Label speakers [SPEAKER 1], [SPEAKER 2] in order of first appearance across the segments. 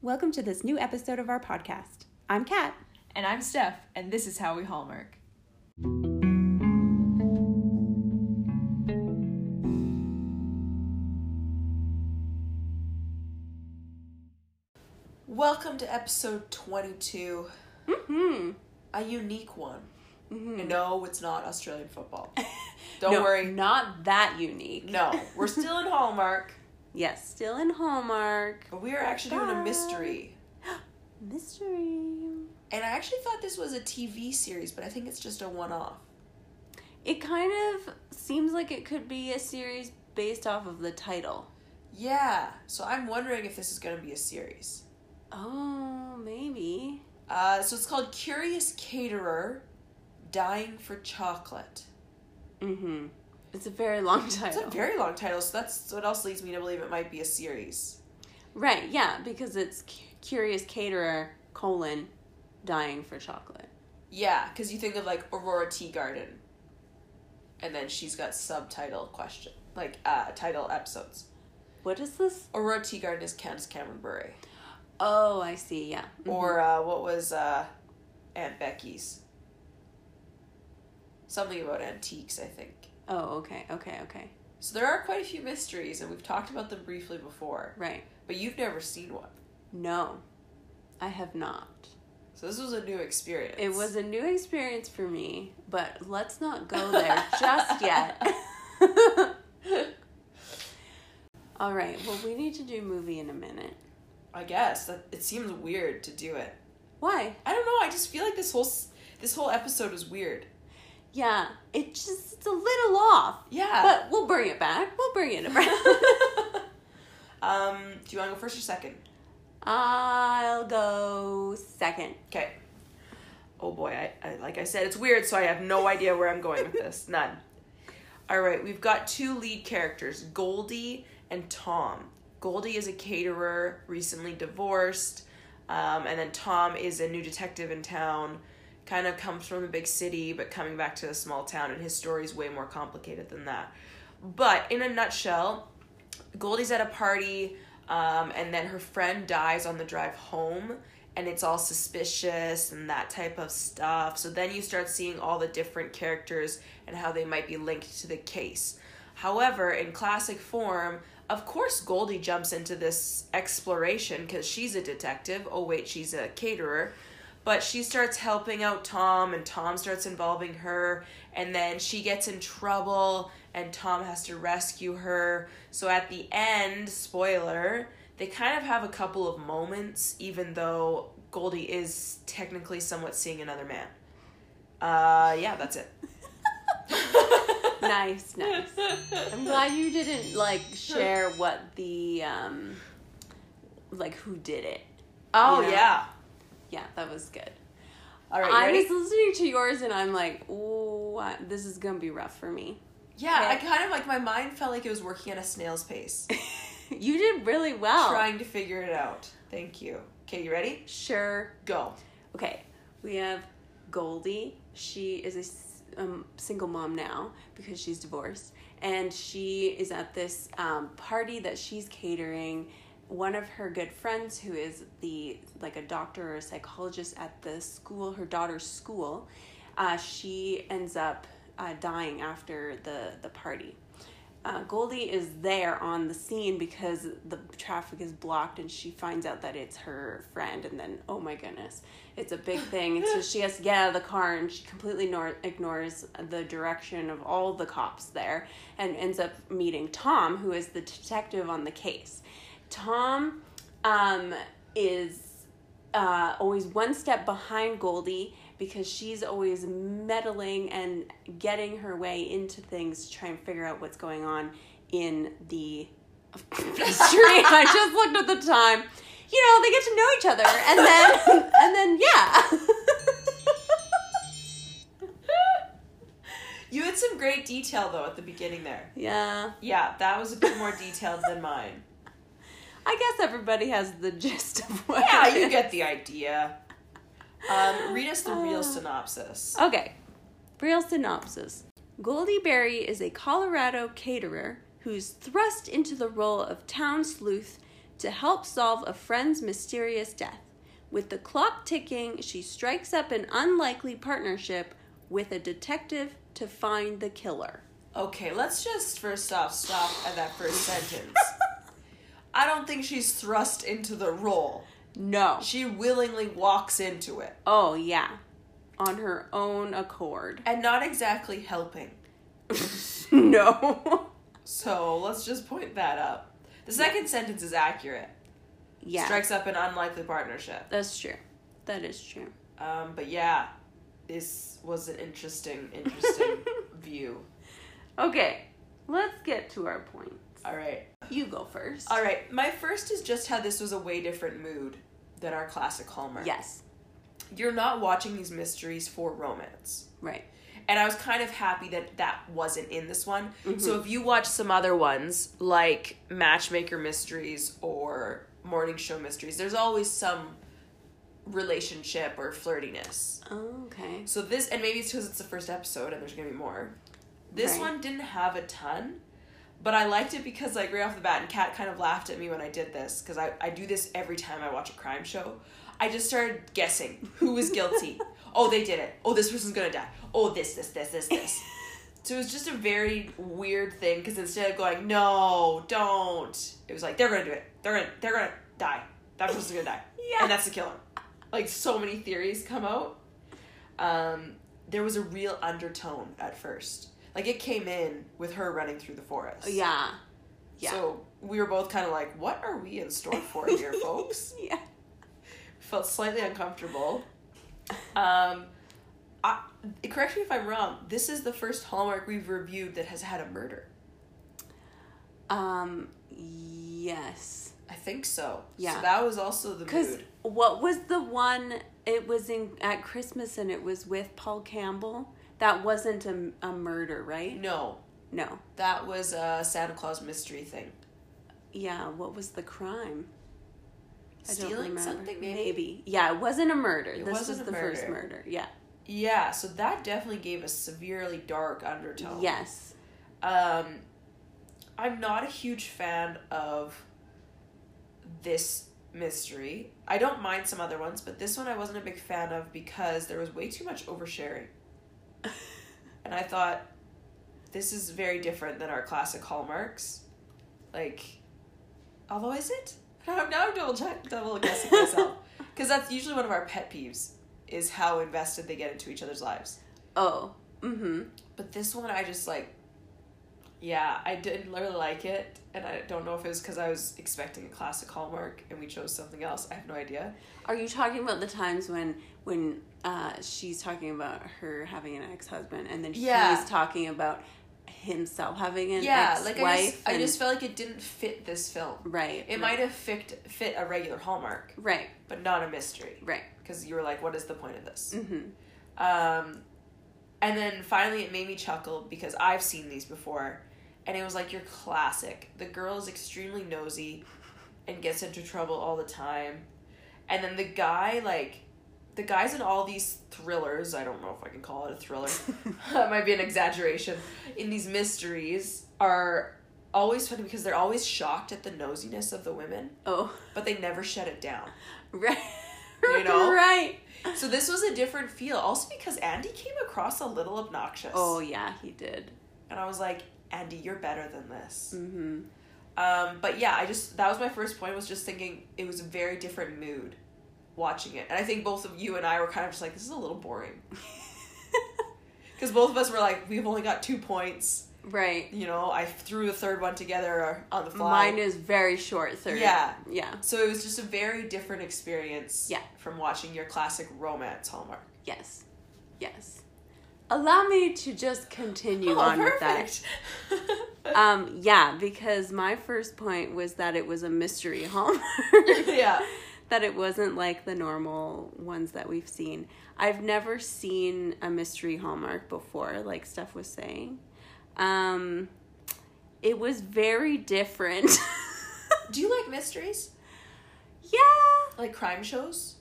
[SPEAKER 1] Welcome to this new episode of our podcast. I'm Kat.
[SPEAKER 2] And I'm Steph, and this is how we hallmark. Welcome to episode 22,
[SPEAKER 1] Hmm.
[SPEAKER 2] a unique one. And no, it's not Australian football. Don't
[SPEAKER 1] No,
[SPEAKER 2] worry.
[SPEAKER 1] Not that unique.
[SPEAKER 2] No, we're still in Hallmark,
[SPEAKER 1] Yes, still in Hallmark.
[SPEAKER 2] but we are actually doing a
[SPEAKER 1] Bye.
[SPEAKER 2] mystery.
[SPEAKER 1] Mystery.
[SPEAKER 2] And I actually thought this was a TV series, but I think it's just a one off.
[SPEAKER 1] It kind of seems like it could be a series based off of the title.
[SPEAKER 2] Yeah, so I'm wondering if this is going to be a series.
[SPEAKER 1] Oh, maybe.
[SPEAKER 2] Uh, so it's called Curious Caterer Dying for Chocolate.
[SPEAKER 1] Mm-hmm. It's a very long
[SPEAKER 2] It's
[SPEAKER 1] title.
[SPEAKER 2] a very long title, so that's what else leads me to believe it might be a series.
[SPEAKER 1] right, yeah, because it's cu- Curious Caterer, colon, dying for chocolate.
[SPEAKER 2] Yeah, because you think of like Aurora Tea Garden, and then she's got subtitle question, like uh, title episodes.
[SPEAKER 1] What is this?
[SPEAKER 2] Aurora Tea Garden is Candace Cameron Bure,
[SPEAKER 1] Oh, I see, yeah.
[SPEAKER 2] or uh, what was uh, Aunt Becky's? Something about antiques, I think.
[SPEAKER 1] Oh, okay, okay, okay.
[SPEAKER 2] So there are quite a few mysteries, and we've talked about them briefly before,
[SPEAKER 1] Right.
[SPEAKER 2] but you've never seen one.
[SPEAKER 1] No, I have not.
[SPEAKER 2] So this was a new experience.
[SPEAKER 1] It was a new experience for me, but let's not go there just yet. All right, well, we need to do movie in a minute.
[SPEAKER 2] I guess that it seems weird to do it.
[SPEAKER 1] Why?
[SPEAKER 2] I don't know. I just feel like this whole s- this whole episode was weird.
[SPEAKER 1] Yeah, it just, it's a little off,
[SPEAKER 2] Yeah.
[SPEAKER 1] but we'll bring it back. We'll bring it around.
[SPEAKER 2] um, do you want to go first or second?
[SPEAKER 1] I'll go second.
[SPEAKER 2] Okay. Oh boy, I, I like I said, it's weird, so I have no idea where I'm going with this. None. All right, we've got two lead characters, Goldie and Tom. Goldie is a caterer, recently divorced, um, and then Tom is a new detective in town. Kind of comes from the big city, but coming back to a small town, and his story is way more complicated than that. But in a nutshell, Goldie's at a party, um, and then her friend dies on the drive home, and it's all suspicious and that type of stuff. So then you start seeing all the different characters and how they might be linked to the case. However, in classic form, of course, Goldie jumps into this exploration because she's a detective. Oh, wait, she's a caterer. But she starts helping out Tom, and Tom starts involving her, and then she gets in trouble, and Tom has to rescue her. So at the end, spoiler, they kind of have a couple of moments, even though Goldie is technically somewhat seeing another man. Uh, yeah, that's it.
[SPEAKER 1] Nice, nice. I'm glad you didn't like share what the um like who did it.
[SPEAKER 2] Oh,
[SPEAKER 1] You know?
[SPEAKER 2] yeah.
[SPEAKER 1] Yeah, that was good.
[SPEAKER 2] All right, you
[SPEAKER 1] I
[SPEAKER 2] ready?
[SPEAKER 1] was listening to yours and I'm like, "Ooh, I- this is going to be rough for me."
[SPEAKER 2] Yeah, I
[SPEAKER 1] Okay.
[SPEAKER 2] kind of like my mind felt like it was working at a snail's pace,
[SPEAKER 1] you did really well.
[SPEAKER 2] trying to figure it out. Thank you. Okay, you ready?
[SPEAKER 1] Sure.
[SPEAKER 2] Go.
[SPEAKER 1] Okay. We have Goldie. She is a s- um, single mom now because she's divorced and she is at this um, party that she's catering one of her good friends who is the like a doctor or a psychologist at the school her daughter's school uh, she ends up uh, dying after the the party uh, Goldie is there on the scene because the traffic is blocked and she finds out that it's her friend and then oh my goodness it's a big thing and so she has to get out of the car and she completely nor- ignores the direction of all the cops there and ends up meeting Tom who is the detective on the case Tom um, is uh, always one step behind Goldie because she's always meddling and getting her way into things to try and figure out what's going on in the street. I just looked at the time. You know, they get to know each other, and then and then yeah,
[SPEAKER 2] You had some great detail though at the beginning there.
[SPEAKER 1] yeah.
[SPEAKER 2] Yeah, that was a bit more detailed than mine.
[SPEAKER 1] I guess everybody has the gist of what.
[SPEAKER 2] Yeah,
[SPEAKER 1] it
[SPEAKER 2] you
[SPEAKER 1] is.
[SPEAKER 2] get the idea. Um, read us the real synopsis.
[SPEAKER 1] Okay, real synopsis. Goldie Berry is a Colorado caterer who's thrust into the role of town sleuth to help solve a friend's mysterious death. With the clock ticking, she strikes up an unlikely partnership with a detective to find the killer.
[SPEAKER 2] Okay, let's just first off stop at that first sentence. I don't think she's thrust into the role.
[SPEAKER 1] No.
[SPEAKER 2] She willingly walks into it.
[SPEAKER 1] Oh, yeah. On her own accord.
[SPEAKER 2] And not exactly helping.
[SPEAKER 1] no.
[SPEAKER 2] So let's just point that up. The second sentence is accurate.
[SPEAKER 1] yeah.
[SPEAKER 2] Strikes up an unlikely partnership.
[SPEAKER 1] That's true. That is true.
[SPEAKER 2] Um, but yeah, this was an interesting, interesting view.
[SPEAKER 1] Okay, let's get to our points.
[SPEAKER 2] All right.
[SPEAKER 1] You go first.
[SPEAKER 2] All right. My first is just how this was a way different mood than our classic Hallmark.
[SPEAKER 1] Yes.
[SPEAKER 2] You're not watching these mysteries for romance.
[SPEAKER 1] Right.
[SPEAKER 2] And I was kind of happy that that wasn't in this one. So if you watch some other ones like Matchmaker Mysteries or Morning Show Mysteries, there's always some relationship or flirtiness.
[SPEAKER 1] Okay.
[SPEAKER 2] So this, and maybe it's because it's the first episode and there's gonna be more. This
[SPEAKER 1] Right.
[SPEAKER 2] one didn't have a ton, but I liked it because like right off the bat, and Kat kind of laughed at me when I did this because I, I do this every time I watch a crime show. I just started guessing who was guilty. oh, they did it. Oh, this person's gonna die. Oh, this, this, this, this, this. so it was just a very weird thing because instead of going no, don't, it was like they're gonna do it. They're gonna they're gonna die. That person's gonna die.
[SPEAKER 1] Yeah.
[SPEAKER 2] And that's the killer. Like so many theories come out um, there was a real undertone at first. Like it came in with her running through the forest.
[SPEAKER 1] Yeah. Yeah.
[SPEAKER 2] So we were both kind of like, "What are we in store for here, folks?"
[SPEAKER 1] yeah.
[SPEAKER 2] Felt slightly uncomfortable. Um, I, correct me if I'm wrong. This is the first Hallmark we've reviewed that has had a murder.
[SPEAKER 1] Um. Yes.
[SPEAKER 2] I think so.
[SPEAKER 1] Yeah.
[SPEAKER 2] So that was also the
[SPEAKER 1] Cause
[SPEAKER 2] mood.
[SPEAKER 1] what was the one? It was in at Christmas, and it was with Paul Campbell. That wasn't a, a murder, right?
[SPEAKER 2] No,
[SPEAKER 1] No.
[SPEAKER 2] that was a Santa Claus mystery thing.
[SPEAKER 1] Yeah. What was the crime? I don't
[SPEAKER 2] Stealing
[SPEAKER 1] remember.
[SPEAKER 2] something, maybe?
[SPEAKER 1] Yeah. It wasn't a murder. this
[SPEAKER 2] wasn't
[SPEAKER 1] was
[SPEAKER 2] a
[SPEAKER 1] the first
[SPEAKER 2] murder.
[SPEAKER 1] murder. Yeah.
[SPEAKER 2] Yeah. So that definitely gave a severely dark undertone.
[SPEAKER 1] Yes.
[SPEAKER 2] Um, I'm not a huge fan of this mystery. I don't mind some other ones, but this one I wasn't a big fan of because there was way too much oversharing. and I thought this is very different than our classic hallmarks. Like, although is it? Now, now I'm double check, double guessing myself because that's usually one of our pet peeves is how invested they get into each other's lives.
[SPEAKER 1] Oh. Mm-hmm.
[SPEAKER 2] But this one, I just like. Yeah, I didn't really like it, and I don't know if it was because I was expecting a classic Hallmark and we chose something else. I have no idea.
[SPEAKER 1] Are you talking about the times when when uh, she's talking about her having an ex husband, and then
[SPEAKER 2] Yeah.
[SPEAKER 1] he's talking about himself having an
[SPEAKER 2] yeah,
[SPEAKER 1] ex-wife?
[SPEAKER 2] like I just, I
[SPEAKER 1] and-
[SPEAKER 2] just felt like it didn't fit this film.
[SPEAKER 1] right.
[SPEAKER 2] It might
[SPEAKER 1] right,
[SPEAKER 2] have fit fit a regular Hallmark,
[SPEAKER 1] Right.
[SPEAKER 2] but not a mystery
[SPEAKER 1] Right.
[SPEAKER 2] because you were like, "What is the point of this?"
[SPEAKER 1] Mm-hmm.
[SPEAKER 2] Um, and then finally, it made me chuckle because I've seen these before, and it was like your classic. The girl is extremely nosy, and gets into trouble all the time, and then the guy like, the guys in all these thrillers. I don't know if I can call it a thriller. that might be an exaggeration. In these mysteries are always funny because they're always shocked at the nosiness of the women,
[SPEAKER 1] Oh.
[SPEAKER 2] but they never shut it down.
[SPEAKER 1] Right.
[SPEAKER 2] You know?
[SPEAKER 1] Right.
[SPEAKER 2] So this was a different feel, also because Andy came across a little obnoxious.
[SPEAKER 1] Oh yeah, he did.
[SPEAKER 2] and I was like, Andy, you're better than this.
[SPEAKER 1] Mm-hmm.
[SPEAKER 2] Um, but yeah, I just that was my first point was just thinking it was a very different mood watching it, and I think both of you and I were kind of just like, this is a little boring because both of us were like, we've only got two points.
[SPEAKER 1] right.
[SPEAKER 2] You know, I threw the third one together on the fly.
[SPEAKER 1] Mine is very short. Third.
[SPEAKER 2] Yeah.
[SPEAKER 1] Yeah.
[SPEAKER 2] so it was just a very different experience
[SPEAKER 1] Yeah.
[SPEAKER 2] from watching your classic romance hallmark.
[SPEAKER 1] Yes. Yes. Allow me to just continue
[SPEAKER 2] Oh,
[SPEAKER 1] on with that.
[SPEAKER 2] perfect.
[SPEAKER 1] Um, yeah, because my first point was that it was a mystery hallmark.
[SPEAKER 2] yeah.
[SPEAKER 1] that it wasn't like the normal ones that we've seen. I've never seen a mystery hallmark before, like Steph was saying. Um, it was very different.
[SPEAKER 2] Do you like mysteries?
[SPEAKER 1] yeah.
[SPEAKER 2] Like crime shows?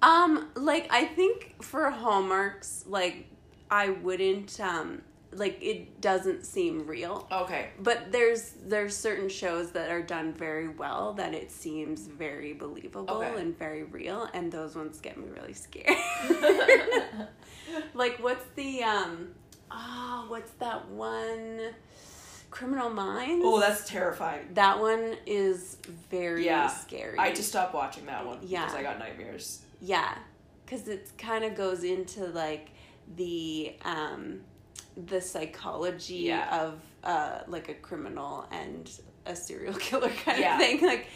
[SPEAKER 1] Um, like I think for hallmarks, like I wouldn't um like it doesn't seem real.
[SPEAKER 2] Okay.
[SPEAKER 1] But there's there's certain shows that are done very well that it seems very believable
[SPEAKER 2] Okay.
[SPEAKER 1] and very real, and those ones get me really scared. like what's the um ah what's that one Criminal Minds?
[SPEAKER 2] oh, that's terrifying.
[SPEAKER 1] that one is very
[SPEAKER 2] Yeah.
[SPEAKER 1] scary.
[SPEAKER 2] I just stopped watching that one
[SPEAKER 1] Yeah.
[SPEAKER 2] because I got nightmares.
[SPEAKER 1] Yeah, because it kind of goes into like the um, the psychology
[SPEAKER 2] Yeah.
[SPEAKER 1] of uh, like a criminal and a serial killer kind
[SPEAKER 2] Yeah.
[SPEAKER 1] of thing. Like,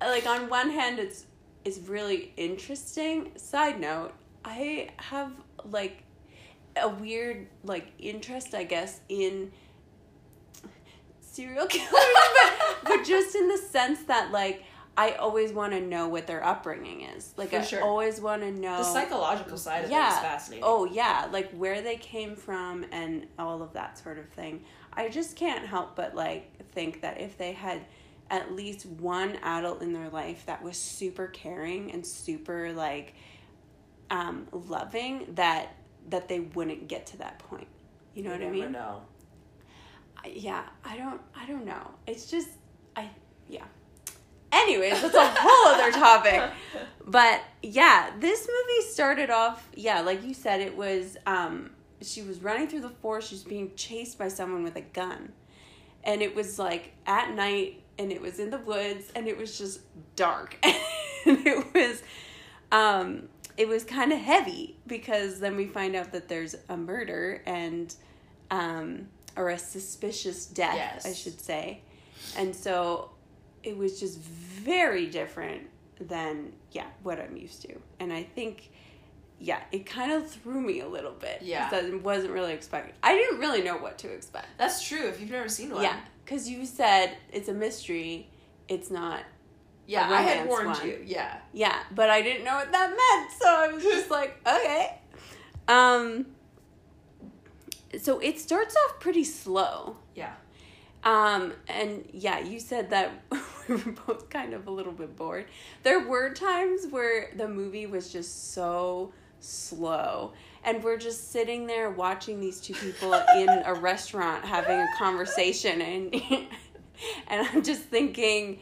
[SPEAKER 1] like on one hand, it's it's really interesting. Side note, I have like a weird like interest, I guess, in serial killers, but, but just in the sense that like I always want to know what their upbringing is. Like
[SPEAKER 2] For
[SPEAKER 1] I
[SPEAKER 2] sure.
[SPEAKER 1] always want to know.
[SPEAKER 2] The psychological side of it is
[SPEAKER 1] Oh. Yeah.
[SPEAKER 2] fascinating.
[SPEAKER 1] oh yeah, like where they came from and all of that sort of thing. I just can't help but like think that if they had at least one adult in their life that was super caring and super like um, loving, that that they wouldn't get to that point. You know what I
[SPEAKER 2] never
[SPEAKER 1] mean?
[SPEAKER 2] Know.
[SPEAKER 1] I- yeah i don't i don't know it's just i yeah anyways that's a whole other topic but yeah this movie started off yeah like you said it was um she was running through the forest she's being chased by someone with a gun and it was like at night and it was in the woods and it was just dark and it was um it was kind of heavy because then we find out that there's a murder and um or a suspicious death i
[SPEAKER 2] Yes.
[SPEAKER 1] should say and so it was just very different than yeah what i'm used to and i think yeah it kind of threw me a little bit
[SPEAKER 2] Yeah.
[SPEAKER 1] 'cause i wasn't really expecting i didn't really know what to expect
[SPEAKER 2] That's true. If you've never seen one,
[SPEAKER 1] yeah, because you said it's a mystery. It's not.
[SPEAKER 2] yeah,
[SPEAKER 1] A
[SPEAKER 2] I had
[SPEAKER 1] romance
[SPEAKER 2] warned
[SPEAKER 1] one.
[SPEAKER 2] you. Yeah,
[SPEAKER 1] Yeah, but I didn't know what that meant, so I was just like, okay. Um. So it starts off pretty slow.
[SPEAKER 2] yeah,
[SPEAKER 1] Um, and yeah, you said that we were both kind of a little bit bored. There were times where the movie was just so slow, and we're just sitting there watching these two people in a restaurant having a conversation, and and I'm just thinking,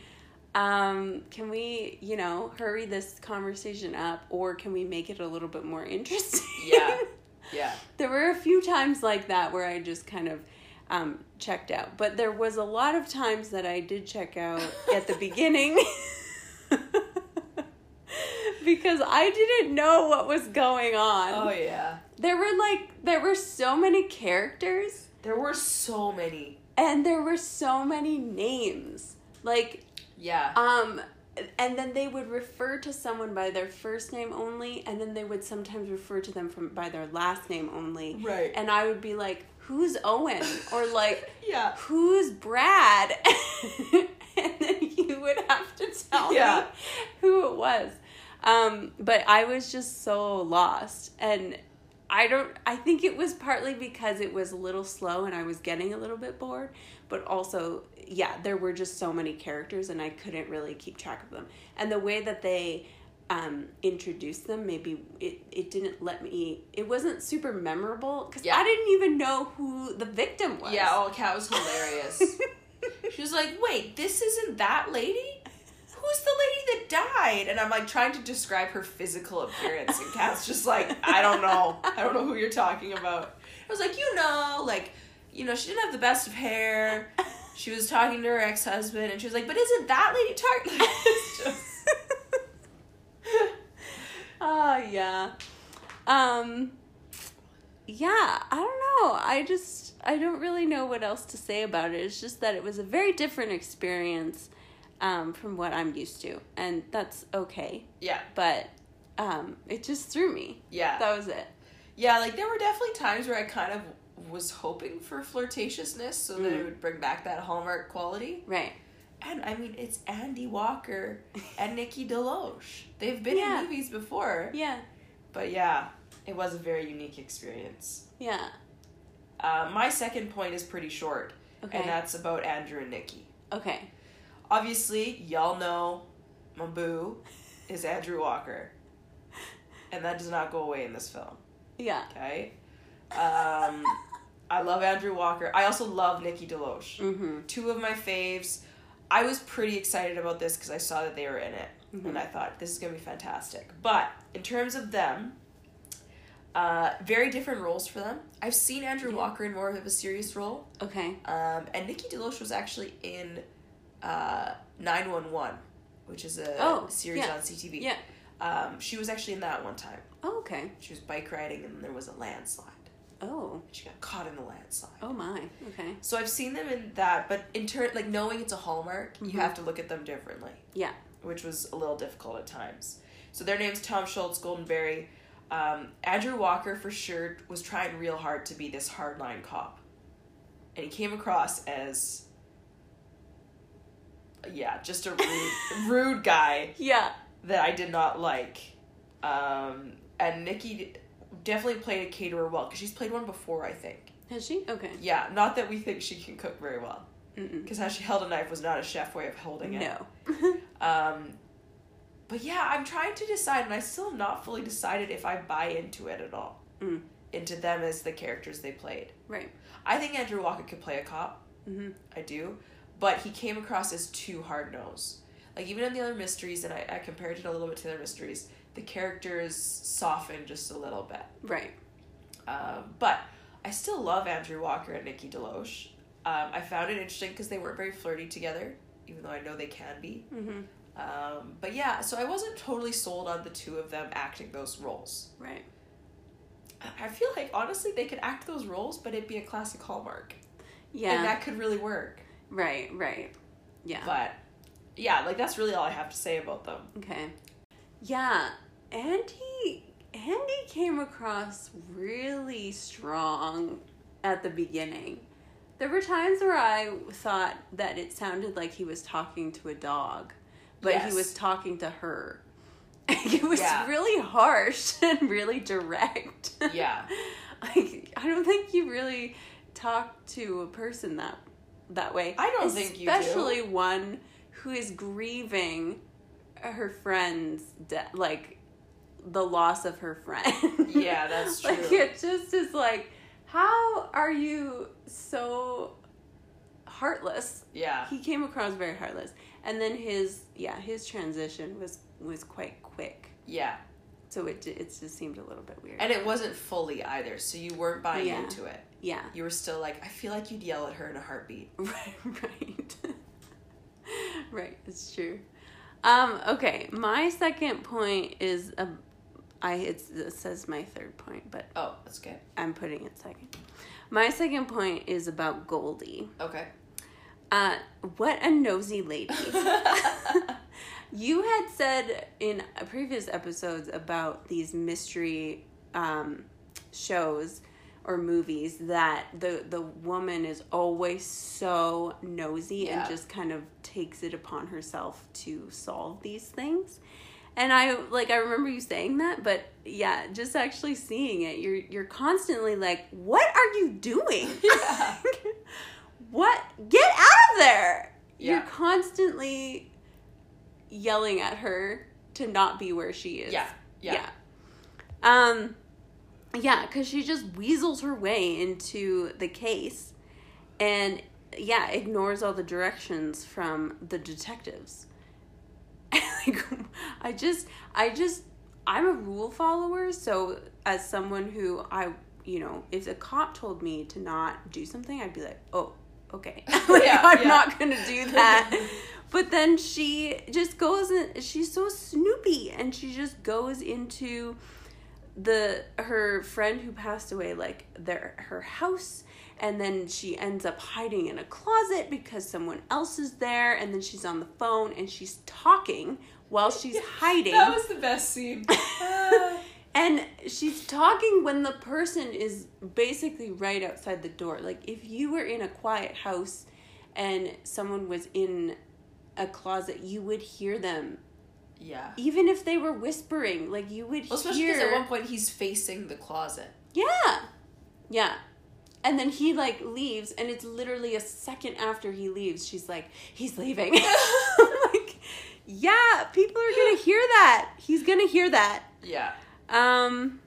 [SPEAKER 1] um, can we, you know, hurry this conversation up, or can we make it a little bit more interesting?
[SPEAKER 2] yeah, yeah.
[SPEAKER 1] there were a few times like that where I just kind of um, checked out, but there was a lot of times that I did check out at the beginning because I didn't know what was going on.
[SPEAKER 2] Oh yeah.
[SPEAKER 1] There were like there were so many characters
[SPEAKER 2] There were so many.
[SPEAKER 1] and there were so many names. Like
[SPEAKER 2] Yeah.
[SPEAKER 1] um, and then they would refer to someone by their first name only, and then they would sometimes refer to them from by their last name only.
[SPEAKER 2] Right.
[SPEAKER 1] Um, And I would be like, "Who's Owen?" or like,
[SPEAKER 2] yeah.
[SPEAKER 1] "Who's Brad?" and then you would have to tell
[SPEAKER 2] Yeah.
[SPEAKER 1] me who it was. Um, but I was just so lost, and I don't. I think it was partly because it was a little slow, and I was getting a little bit bored. But also, yeah, there were just so many characters, and I couldn't really keep track of them. And the way that they um, introduced them, maybe it it didn't let me. It wasn't super memorable because
[SPEAKER 2] Yeah.
[SPEAKER 1] I didn't even know who the victim was.
[SPEAKER 2] Yeah. Oh, cat was hilarious. she was like, "Wait, this isn't that lady." Who's the lady that died? And I'm like trying to describe her physical appearance, and Cat's just like, I don't know. I don't know who you're talking about. I was like, you know, like, you know, she didn't have the best of hair. She was talking to her ex husband, and she was like, but isn't that lady talking? it's just
[SPEAKER 1] oh yeah um yeah i don't know i just i don't really know what else to say about it it's just that it was a very different experience um, from what i'm used to and that's okay
[SPEAKER 2] yeah,
[SPEAKER 1] but um, it just threw me
[SPEAKER 2] yeah.
[SPEAKER 1] that was it
[SPEAKER 2] Yeah, like there were definitely times where I kind of was hoping for flirtatiousness so that it
[SPEAKER 1] Mm.
[SPEAKER 2] would bring back that hallmark quality.
[SPEAKER 1] right
[SPEAKER 2] And I mean, it's Andy Walker and Nikki DeLoche. They've been
[SPEAKER 1] Yeah.
[SPEAKER 2] in movies before.
[SPEAKER 1] yeah
[SPEAKER 2] But yeah, it was a very unique experience.
[SPEAKER 1] yeah
[SPEAKER 2] Uh, my second point is pretty short, and
[SPEAKER 1] okay
[SPEAKER 2] that's about Andrew and Nikki.
[SPEAKER 1] okay
[SPEAKER 2] Obviously, y'all know my boo is Andrew Walker. And that does not go away in this film,
[SPEAKER 1] yeah
[SPEAKER 2] okay? Um, I love Andrew Walker. I also love Nikki DeLoche.
[SPEAKER 1] Mm-hmm.
[SPEAKER 2] Two of my faves. I was pretty excited about this because I saw that they were in it,
[SPEAKER 1] Mm-hmm.
[SPEAKER 2] and I thought this is gonna be fantastic. But in terms of them, uh, very different roles for them. I've seen Andrew Walker in more of a serious role,
[SPEAKER 1] Okay.
[SPEAKER 2] um, and Nikki DeLoche was actually in uh, Nine One One, which is a
[SPEAKER 1] Oh,
[SPEAKER 2] series
[SPEAKER 1] yeah.
[SPEAKER 2] on CTV.
[SPEAKER 1] Yeah.
[SPEAKER 2] Um, she was actually in that one time.
[SPEAKER 1] Oh, okay.
[SPEAKER 2] She was bike riding, and there was a landslide.
[SPEAKER 1] Oh.
[SPEAKER 2] She got caught in the landslide.
[SPEAKER 1] Oh my. Okay.
[SPEAKER 2] So I've seen them in that, but in turn, like knowing it's a Hallmark,
[SPEAKER 1] Mm-hmm.
[SPEAKER 2] you have to look at them differently,
[SPEAKER 1] Yeah.
[SPEAKER 2] which was a little difficult at times. So their names Tom Schultz, Goldenberry, um, Andrew Walker for sure was trying real hard to be this hardline cop, and he came across as yeah, just a rude, rude guy
[SPEAKER 1] Yeah.
[SPEAKER 2] that I did not like. Um, and Nikki d- definitely played a caterer well because she's played one before, I think.
[SPEAKER 1] Has she? Okay.
[SPEAKER 2] Yeah, not that we think she can cook very well.
[SPEAKER 1] Mm-mm.
[SPEAKER 2] Because how she held a knife was not a chef way of holding it.
[SPEAKER 1] No.
[SPEAKER 2] Um, but yeah, I'm trying to decide, and I still have not fully decided if I buy into it at all.
[SPEAKER 1] Mm.
[SPEAKER 2] Into them as the characters they played.
[SPEAKER 1] Right.
[SPEAKER 2] I think Andrew Walker could play a cop.
[SPEAKER 1] Mhm.
[SPEAKER 2] I do. But he came across as too hard nosed. Like, even in the other mysteries, and I, I compared it a little bit to the other mysteries, the characters softened just a little bit.
[SPEAKER 1] Right.
[SPEAKER 2] Um, but I still love Andrew Walker and Nikki DeLoche. Um, I found it interesting because they weren't very flirty together, even though I know they can be.
[SPEAKER 1] Mm-hmm.
[SPEAKER 2] Um, but yeah, so I wasn't totally sold on the two of them acting those roles.
[SPEAKER 1] Right.
[SPEAKER 2] I- I feel like honestly they could act those roles, but it'd be a classic Hallmark,
[SPEAKER 1] Yeah.
[SPEAKER 2] and that could really work.
[SPEAKER 1] right. Right. Yeah.
[SPEAKER 2] But yeah, like that's really all I have to say about them.
[SPEAKER 1] Okay. Yeah, Andy Andy came across really strong at the beginning. There were times where I thought that it sounded like he was talking to a dog, but
[SPEAKER 2] Yes.
[SPEAKER 1] he was talking to her. it was
[SPEAKER 2] Yeah.
[SPEAKER 1] really harsh and really direct.
[SPEAKER 2] Yeah.
[SPEAKER 1] like I don't think you really talk to a person that that way.
[SPEAKER 2] I don't think you do.
[SPEAKER 1] especially one who is grieving her friend's de- like the loss of her friend.
[SPEAKER 2] Yeah, that's
[SPEAKER 1] like
[SPEAKER 2] true.
[SPEAKER 1] it just is like how are you so heartless?
[SPEAKER 2] Yeah.
[SPEAKER 1] He came across very heartless. And then his yeah, his transition was was quite quick.
[SPEAKER 2] Yeah.
[SPEAKER 1] So it it just seemed a little bit weird.
[SPEAKER 2] And it wasn't fully either, so you weren't buying
[SPEAKER 1] Yeah.
[SPEAKER 2] into it.
[SPEAKER 1] yeah.
[SPEAKER 2] You were still like, I feel like you'd yell at her in a heartbeat.
[SPEAKER 1] Right, right. right, it's true. Um, okay, my second point is a, I it's, it says my third point, but
[SPEAKER 2] Oh, that's good.
[SPEAKER 1] I'm putting it second. My second point is about Goldie.
[SPEAKER 2] Okay.
[SPEAKER 1] Uh, what a nosy lady. you had said in previous episodes about these mystery um, shows or movies that the the woman is always so nosy
[SPEAKER 2] Yeah.
[SPEAKER 1] and just kind of takes it upon herself to solve these things. And I like I remember you saying that, but yeah, just actually seeing it, you're you're constantly like, "What are you doing?"
[SPEAKER 2] Yeah.
[SPEAKER 1] what? Get out of there!
[SPEAKER 2] Yeah.
[SPEAKER 1] You're constantly yelling at her to not be where she is.
[SPEAKER 2] Yeah. Yeah.
[SPEAKER 1] Yeah. Um yeah, cuz she just weasels her way into the case and yeah, ignores all the directions from the detectives. like I just I just I'm a rule follower, so as someone who I you know, if a cop told me to not do something, I'd be like, "Oh, okay." like,
[SPEAKER 2] Yeah,
[SPEAKER 1] I'm
[SPEAKER 2] yeah.
[SPEAKER 1] not going to do that. but then she just goes and she's so snoopy and she just goes into the her friend who passed away like their her house and then she ends up hiding in a closet because someone else is there and then she's on the phone and she's talking while she's hiding
[SPEAKER 2] That was the best scene. Ah.
[SPEAKER 1] and she's talking when the person is basically right outside the door. Like if you were in a quiet house and someone was in a closet, you would hear them.
[SPEAKER 2] yeah.
[SPEAKER 1] Even if they were whispering, like you would
[SPEAKER 2] Well, especially
[SPEAKER 1] hear
[SPEAKER 2] because at one point he's facing the closet.
[SPEAKER 1] Yeah. Yeah. And then he like leaves and it's literally a second after he leaves, she's like, he's leaving. I'm like, yeah, people are gonna hear that. He's gonna hear that.
[SPEAKER 2] Yeah.
[SPEAKER 1] Um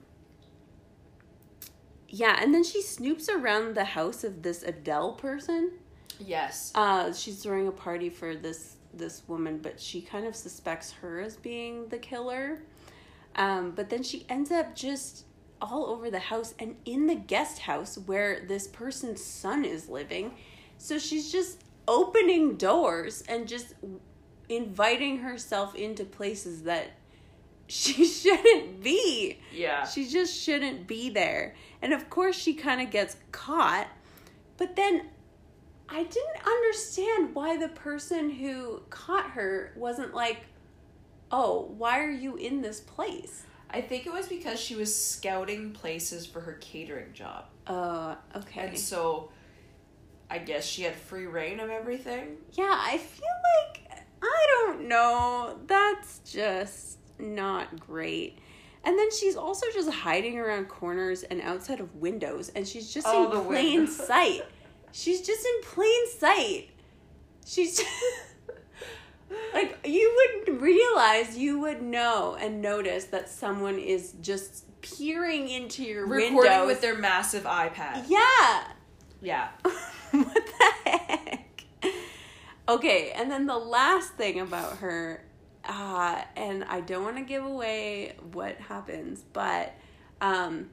[SPEAKER 1] yeah, and then she snoops around the house of this Adele person.
[SPEAKER 2] Yes.
[SPEAKER 1] Uh, she's throwing a party for this this woman, but she kind of suspects her as being the killer. Um, but then she ends up just all over the house and in the guest house where this person's son is living. So she's just opening doors and just inviting herself into places that she shouldn't be.
[SPEAKER 2] Yeah.
[SPEAKER 1] She just shouldn't be there. And of course, she kind of gets caught. But then I didn't understand why the person who caught her wasn't like, oh, why are you in this place?
[SPEAKER 2] I think it was because she was scouting places for her catering job.
[SPEAKER 1] Uh, okay.
[SPEAKER 2] And so I guess she had free reign of everything.
[SPEAKER 1] yeah, I feel like, I don't know. That's just not great. And then she's also just hiding around corners and outside of windows, and she's just
[SPEAKER 2] Oh, the
[SPEAKER 1] in plain
[SPEAKER 2] windows.
[SPEAKER 1] sight. She's just in plain sight. She's like you would realize, you would know and notice that someone is just peering into your
[SPEAKER 2] Recording
[SPEAKER 1] window
[SPEAKER 2] with their massive iPad.
[SPEAKER 1] yeah.
[SPEAKER 2] Yeah.
[SPEAKER 1] what the heck? Okay, and then the last thing about her, uh, and I don't want to give away what happens, but um,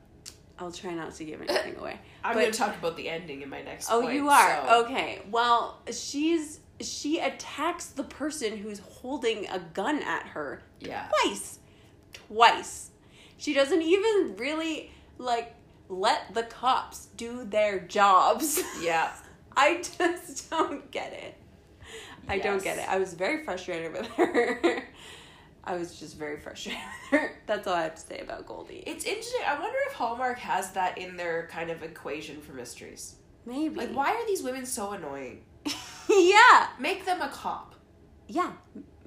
[SPEAKER 1] I'll try not to give anything away.
[SPEAKER 2] I'm
[SPEAKER 1] But-
[SPEAKER 2] going to talk about the ending in my next
[SPEAKER 1] Oh,
[SPEAKER 2] point,
[SPEAKER 1] you are
[SPEAKER 2] so-
[SPEAKER 1] okay. Well, she's she attacks the person who's holding a gun at her
[SPEAKER 2] Yeah.
[SPEAKER 1] twice. Twice. She doesn't even really like let the cops do their jobs.
[SPEAKER 2] Yeah.
[SPEAKER 1] I just don't get it. I don't
[SPEAKER 2] Yes.
[SPEAKER 1] get it. I was very frustrated with her. I was just very frustrated with her. That's all I have to say about Goldie.
[SPEAKER 2] It's interesting. I wonder if Hallmark has that in their kind of equation for mysteries.
[SPEAKER 1] Maybe.
[SPEAKER 2] Like, why are these women so annoying?
[SPEAKER 1] yeah.
[SPEAKER 2] Make them a cop,
[SPEAKER 1] Yeah.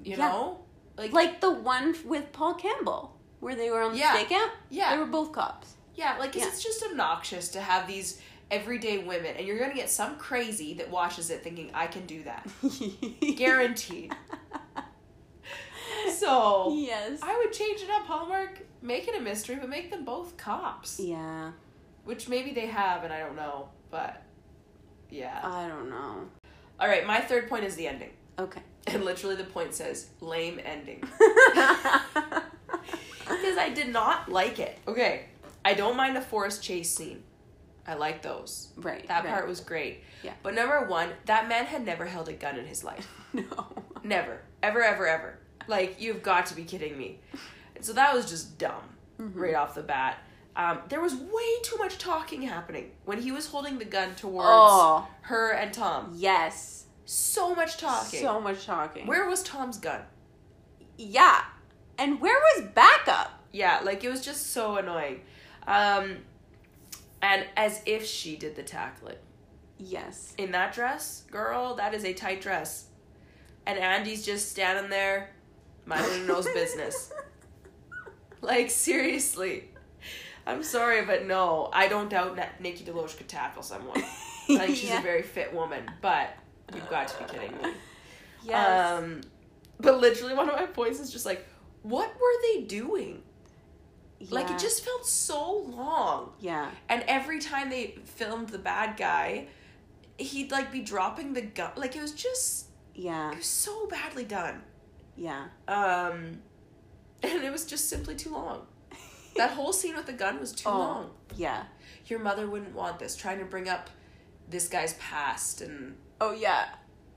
[SPEAKER 2] you
[SPEAKER 1] Yeah.
[SPEAKER 2] know? Like,
[SPEAKER 1] Like the one with Paul Campbell, where they were on the
[SPEAKER 2] Yeah.
[SPEAKER 1] stakeout.
[SPEAKER 2] Yeah.
[SPEAKER 1] They were both cops.
[SPEAKER 2] yeah, like 'cause
[SPEAKER 1] Yeah.
[SPEAKER 2] it's just obnoxious to have these everyday women, and you're gonna get some crazy that watches it thinking, I can do that. Guaranteed. so,
[SPEAKER 1] yes.
[SPEAKER 2] I would change it up, Hallmark. Make it a mystery, but make them both cops.
[SPEAKER 1] yeah.
[SPEAKER 2] Which maybe they have, and I don't know, but yeah.
[SPEAKER 1] I don't know.
[SPEAKER 2] All right, my third point is the ending.
[SPEAKER 1] Okay.
[SPEAKER 2] And literally the point says, lame ending.
[SPEAKER 1] okay.
[SPEAKER 2] Because I did not like it. Okay. I don't mind a forest chase scene. I like those.
[SPEAKER 1] Right.
[SPEAKER 2] That
[SPEAKER 1] right.
[SPEAKER 2] part was great.
[SPEAKER 1] Yeah.
[SPEAKER 2] But number one, that man had never held a gun in his life.
[SPEAKER 1] no.
[SPEAKER 2] Never. Ever, ever, ever. Like, you've got to be kidding me. And so that was just dumb
[SPEAKER 1] Mm-hmm.
[SPEAKER 2] right off the bat. Um, there was way too much talking happening when he was holding the gun towards
[SPEAKER 1] Oh.
[SPEAKER 2] her and Tom.
[SPEAKER 1] Yes.
[SPEAKER 2] So much talking.
[SPEAKER 1] So much talking.
[SPEAKER 2] Where was Tom's gun?
[SPEAKER 1] Yeah. And where was backup?
[SPEAKER 2] Yeah, like it was just so annoying. Um and as if she did the tackling.
[SPEAKER 1] Yes.
[SPEAKER 2] In that dress, girl, that is a tight dress. And Andy's just standing there minding her nose business. Like seriously. I'm sorry, but no, I don't doubt that Nikki Deloche could tackle someone. Like she's
[SPEAKER 1] Yeah.
[SPEAKER 2] a very fit woman, but you've got to be kidding me.
[SPEAKER 1] Yes.
[SPEAKER 2] Um but literally one of my points is just like, what were they doing? Like
[SPEAKER 1] Yeah.
[SPEAKER 2] it just felt so long.
[SPEAKER 1] Yeah.
[SPEAKER 2] And every time they filmed the bad guy, he'd like be dropping the gun. Like it was just
[SPEAKER 1] Yeah.
[SPEAKER 2] it was so badly done.
[SPEAKER 1] Yeah.
[SPEAKER 2] Um and it was just simply too long. That whole scene with the gun was too
[SPEAKER 1] Oh.
[SPEAKER 2] long.
[SPEAKER 1] Yeah.
[SPEAKER 2] Your mother wouldn't want this, trying to bring up this guy's past and
[SPEAKER 1] Oh yeah.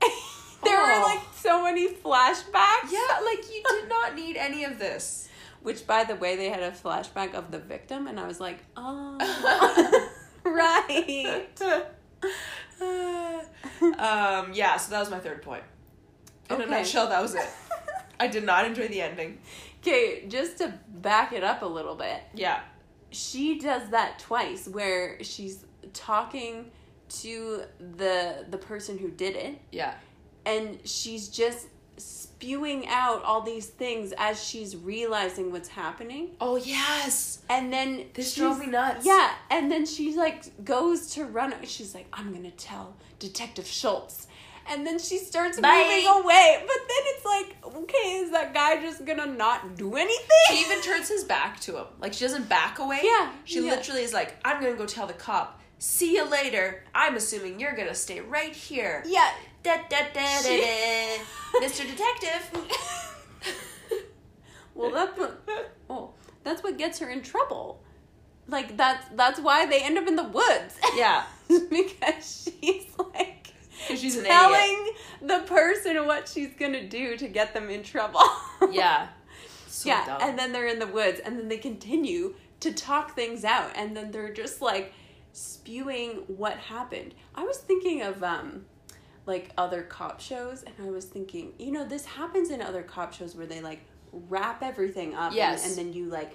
[SPEAKER 1] there were
[SPEAKER 2] Oh.
[SPEAKER 1] like so many flashbacks.
[SPEAKER 2] Yeah, like you did not need any of this.
[SPEAKER 1] Which by the way they had a flashback of the victim and I was like, "Oh." right.
[SPEAKER 2] um yeah, so that was my third point. In a
[SPEAKER 1] Okay.
[SPEAKER 2] nutshell, that was it. I did not enjoy the ending.
[SPEAKER 1] Okay, just to back it up a little bit.
[SPEAKER 2] Yeah.
[SPEAKER 1] she does that twice where she's talking to the the person who did it
[SPEAKER 2] Yeah.
[SPEAKER 1] and she's just spewing out all these things as she's realizing what's happening
[SPEAKER 2] Oh yes.
[SPEAKER 1] and then
[SPEAKER 2] This
[SPEAKER 1] she's-
[SPEAKER 2] drove me nuts.
[SPEAKER 1] yeah and then she like goes to run she's like i'm gonna tell detective schultz and then she starts
[SPEAKER 2] Bye.
[SPEAKER 1] moving away. But then it's like, okay, is that guy just gonna not do anything?
[SPEAKER 2] She even turns his back to him. Like she doesn't back away.
[SPEAKER 1] Yeah,
[SPEAKER 2] She
[SPEAKER 1] yeah.
[SPEAKER 2] literally is like, I'm gonna go tell the cop. See you later. I'm assuming you're gonna stay right here.
[SPEAKER 1] Yeah.
[SPEAKER 2] Da da da da da.
[SPEAKER 1] She-
[SPEAKER 2] Mr. Detective.
[SPEAKER 1] Well, that's what, oh, that's what gets her in trouble. Like that's that's why they end up in the woods.
[SPEAKER 2] Yeah.
[SPEAKER 1] because she's like
[SPEAKER 2] 'Cause she's an idiot.
[SPEAKER 1] telling the person what she's gonna do to get them in trouble.
[SPEAKER 2] Yeah. So
[SPEAKER 1] yeah,
[SPEAKER 2] dumb.
[SPEAKER 1] and then they're in the woods, and then they continue to talk things out, and then they're just like spewing what happened. I was thinking of um, like other cop shows, and I was thinking, you know, this happens in other cop shows where they like wrap everything up, and-
[SPEAKER 2] Yes.
[SPEAKER 1] and, then you like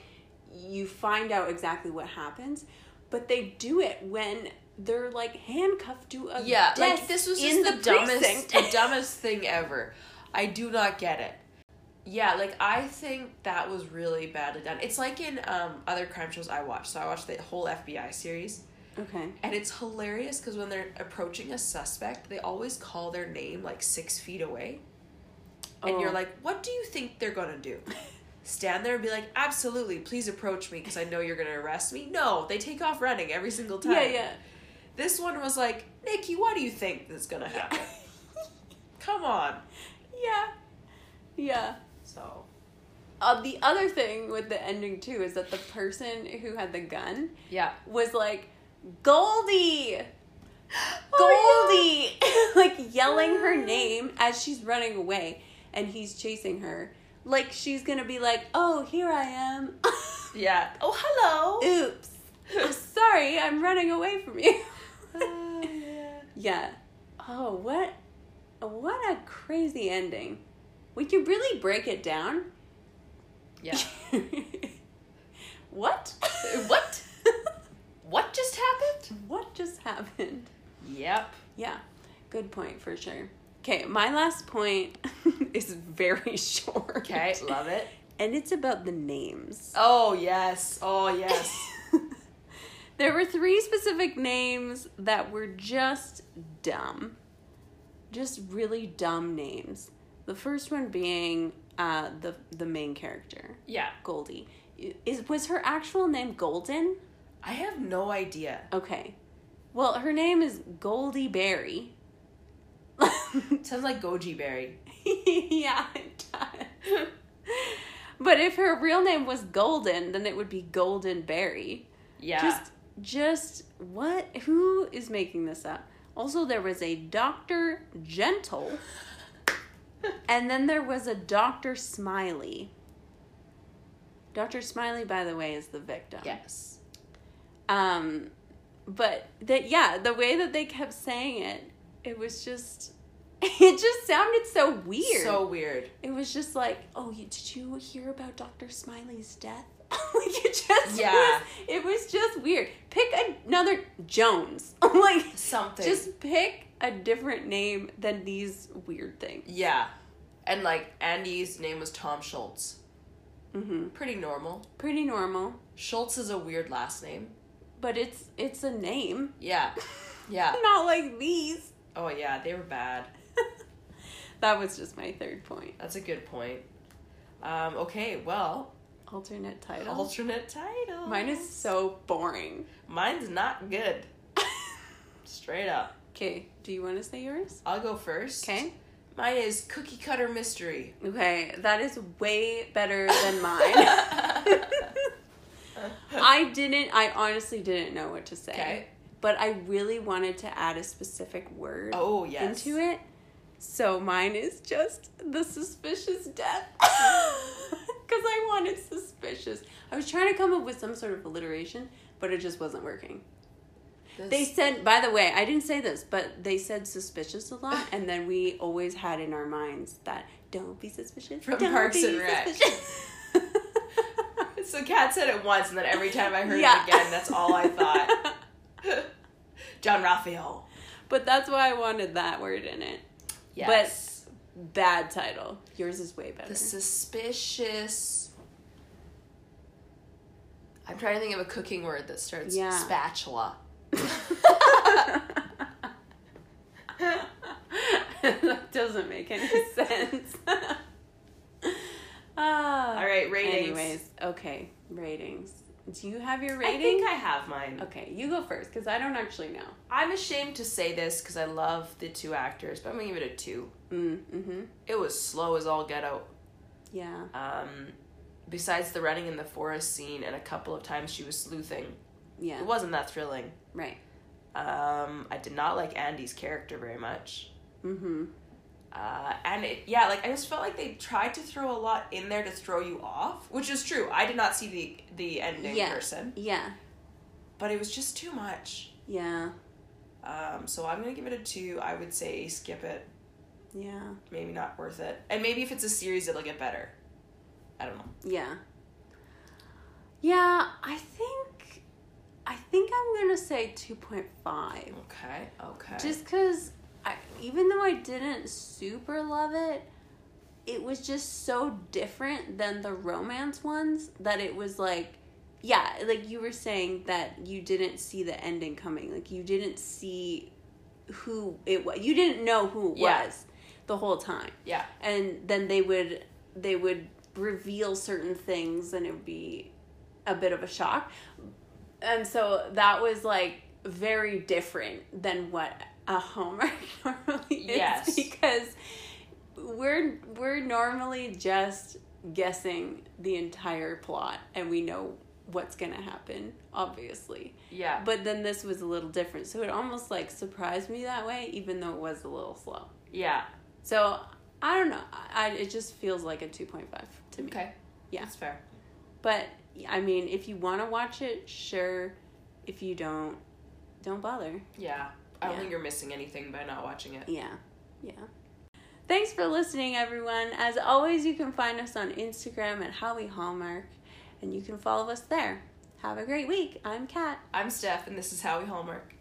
[SPEAKER 1] you find out exactly what happens, but they do it when they're like handcuffed to a
[SPEAKER 2] yeah, like
[SPEAKER 1] desk
[SPEAKER 2] this was just
[SPEAKER 1] in
[SPEAKER 2] the, dumbest,
[SPEAKER 1] precinct.
[SPEAKER 2] the dumbest thing ever. I do not get it. Yeah, like I think that was really badly done. It's like in um, other crime shows I watch. So I watched the whole FBI series.
[SPEAKER 1] okay.
[SPEAKER 2] And it's hilarious because when they're approaching a suspect, they always call their name like six feet away. And you're
[SPEAKER 1] Oh.
[SPEAKER 2] like, what do you think they're going to do? Stand there and be like, absolutely, please approach me because I know you're going to arrest me. No, they take off running every single time.
[SPEAKER 1] yeah, yeah.
[SPEAKER 2] This one was like, Nikki, what do you think is going to happen? Come on.
[SPEAKER 1] yeah. Yeah.
[SPEAKER 2] So,
[SPEAKER 1] Uh, the other thing with the ending too is that the person who had the gun
[SPEAKER 2] yeah.
[SPEAKER 1] was like Goldie,
[SPEAKER 2] Oh,
[SPEAKER 1] Goldie, like yelling her name as she's running away, and he's chasing her. Like she's gonna be like, "Oh, here I am."
[SPEAKER 2] Yeah. Oh, hello.
[SPEAKER 1] Oops, sorry, I'm running away from you.
[SPEAKER 2] Uh, yeah.
[SPEAKER 1] Oh, yeah. Oh, what, what a crazy ending. We could really break it down.
[SPEAKER 2] yeah.
[SPEAKER 1] what?
[SPEAKER 2] What? What just happened?
[SPEAKER 1] what just happened?
[SPEAKER 2] Yep.
[SPEAKER 1] Yeah, good point for sure. Okay, my last point is very short.
[SPEAKER 2] Okay, love it.
[SPEAKER 1] And it's about the names.
[SPEAKER 2] Oh, yes. Oh, yes.
[SPEAKER 1] there were three specific names that were just dumb. Just really dumb names. The first one being uh, the the main character,
[SPEAKER 2] yeah.
[SPEAKER 1] Goldie. Is was her actual name Golden?
[SPEAKER 2] I have no idea.
[SPEAKER 1] Okay. Well, her name is Goldie Berry.
[SPEAKER 2] Sounds like Goji Berry.
[SPEAKER 1] yeah, it does. but if her real name was Golden, then it would be Golden Berry.
[SPEAKER 2] Yeah.
[SPEAKER 1] Just just what who is making this up? Also there was a Dr. Gentle and then there was a Dr. Smiley. Dr. Smiley by the way is the victim.
[SPEAKER 2] yes.
[SPEAKER 1] Um, but that yeah, the way that they kept saying it, it was just, it just sounded so weird.
[SPEAKER 2] So weird.
[SPEAKER 1] it was just like, oh, you, did you hear about Doctor Smiley's death? like it just
[SPEAKER 2] Yeah.
[SPEAKER 1] was, it was just weird. Pick another Jones. like
[SPEAKER 2] Something.
[SPEAKER 1] just pick a different name than these weird things.
[SPEAKER 2] yeah. And like Andy's name was Tom Schultz.
[SPEAKER 1] hmm
[SPEAKER 2] Pretty normal.
[SPEAKER 1] Pretty normal,
[SPEAKER 2] Schultz is a weird last name.
[SPEAKER 1] but it's it's a name,
[SPEAKER 2] Yeah. Yeah.
[SPEAKER 1] not like these.
[SPEAKER 2] Oh yeah, they were bad.
[SPEAKER 1] that was just my third point.
[SPEAKER 2] That's a good point. Um, okay, well,
[SPEAKER 1] Alternate title.
[SPEAKER 2] alternate title.
[SPEAKER 1] Mine is so boring.
[SPEAKER 2] mine's not good. Straight up.
[SPEAKER 1] Okay, do you want to say yours?
[SPEAKER 2] I'll go first.
[SPEAKER 1] Okay.
[SPEAKER 2] Mine is cookie cutter mystery.
[SPEAKER 1] Okay, that is way better than mine. I didn't, I honestly didn't know what to say.
[SPEAKER 2] Okay.
[SPEAKER 1] But I really wanted to add a specific word
[SPEAKER 2] Oh yes.
[SPEAKER 1] into it. So mine is just the suspicious death. Because I wanted suspicious. I was trying to come up with some sort of alliteration, but it just wasn't working.
[SPEAKER 2] This-
[SPEAKER 1] They said, by the way, I didn't say this, but they said suspicious a lot, and then we always had in our minds that don't be suspicious.
[SPEAKER 2] From
[SPEAKER 1] don't
[SPEAKER 2] Parks
[SPEAKER 1] be
[SPEAKER 2] and Rec.
[SPEAKER 1] suspicious."
[SPEAKER 2] So Kat said it once, and then every time I heard
[SPEAKER 1] Yeah.
[SPEAKER 2] it again, that's all I thought. John Raphael.
[SPEAKER 1] but that's why I wanted that word in it. Bad title. Yours is way better.
[SPEAKER 2] the suspicious. I'm trying to think of a cooking word that starts
[SPEAKER 1] Yeah.
[SPEAKER 2] spatula.
[SPEAKER 1] doesn't make any sense.
[SPEAKER 2] All
[SPEAKER 1] Ah.
[SPEAKER 2] right, ratings.
[SPEAKER 1] Anyways, okay, ratings. Do you have your
[SPEAKER 2] I
[SPEAKER 1] rating?
[SPEAKER 2] think I have mine.
[SPEAKER 1] okay, you go first because I don't actually know.
[SPEAKER 2] I'm ashamed to say this because I love the two actors, but I'm gonna give it a two.
[SPEAKER 1] Mm, mm-hmm.
[SPEAKER 2] It was slow as all get out.
[SPEAKER 1] Yeah.
[SPEAKER 2] Um, besides the running in the forest scene and a couple of times she was sleuthing,
[SPEAKER 1] Yeah.
[SPEAKER 2] it wasn't that thrilling.
[SPEAKER 1] Right.
[SPEAKER 2] Um, I did not like Andy's character very much.
[SPEAKER 1] Mm-hmm.
[SPEAKER 2] Uh, and it, yeah, like I just felt like they tried to throw a lot in there to throw you off, which is true. I did not see the the ending
[SPEAKER 1] Yeah.
[SPEAKER 2] person,
[SPEAKER 1] Yeah.
[SPEAKER 2] but it was just too much.
[SPEAKER 1] Yeah.
[SPEAKER 2] Um, so I'm gonna give it a two. I would say skip it.
[SPEAKER 1] Yeah.
[SPEAKER 2] Maybe not worth it. And maybe if it's a series, it'll get better. I don't know.
[SPEAKER 1] Yeah. Yeah, I think I think I'm gonna say two point five.
[SPEAKER 2] Okay. Okay.
[SPEAKER 1] Just cause I even though I didn't super love it, it was just so different than the romance ones that it was like yeah, like you were saying that you didn't see the ending coming. Like you didn't see who it was. You didn't know who it
[SPEAKER 2] Yeah.
[SPEAKER 1] was the whole time
[SPEAKER 2] yeah.
[SPEAKER 1] and then they would they would reveal certain things and it would be a bit of a shock and so that was like very different than what a homework normally is
[SPEAKER 2] Yes.
[SPEAKER 1] because we're we're normally just guessing the entire plot and we know what's gonna happen obviously
[SPEAKER 2] Yeah.
[SPEAKER 1] but then this was a little different so it almost like surprised me that way even though it was a little slow
[SPEAKER 2] yeah.
[SPEAKER 1] so I don't know. I, I- it just feels like a two point five to me.
[SPEAKER 2] Okay.
[SPEAKER 1] Yeah.
[SPEAKER 2] That's fair.
[SPEAKER 1] But I mean, if you want to watch it, sure. If you don't, don't bother.
[SPEAKER 2] Yeah. I don't
[SPEAKER 1] Yeah.
[SPEAKER 2] think you're missing anything by not watching it.
[SPEAKER 1] Yeah, yeah. Thanks for listening, everyone. As always, you can find us on Instagram at How We Hallmark, and you can follow us there. Have a great week. I'm Kat.
[SPEAKER 2] I'm Steph, and this is Howie Hallmark.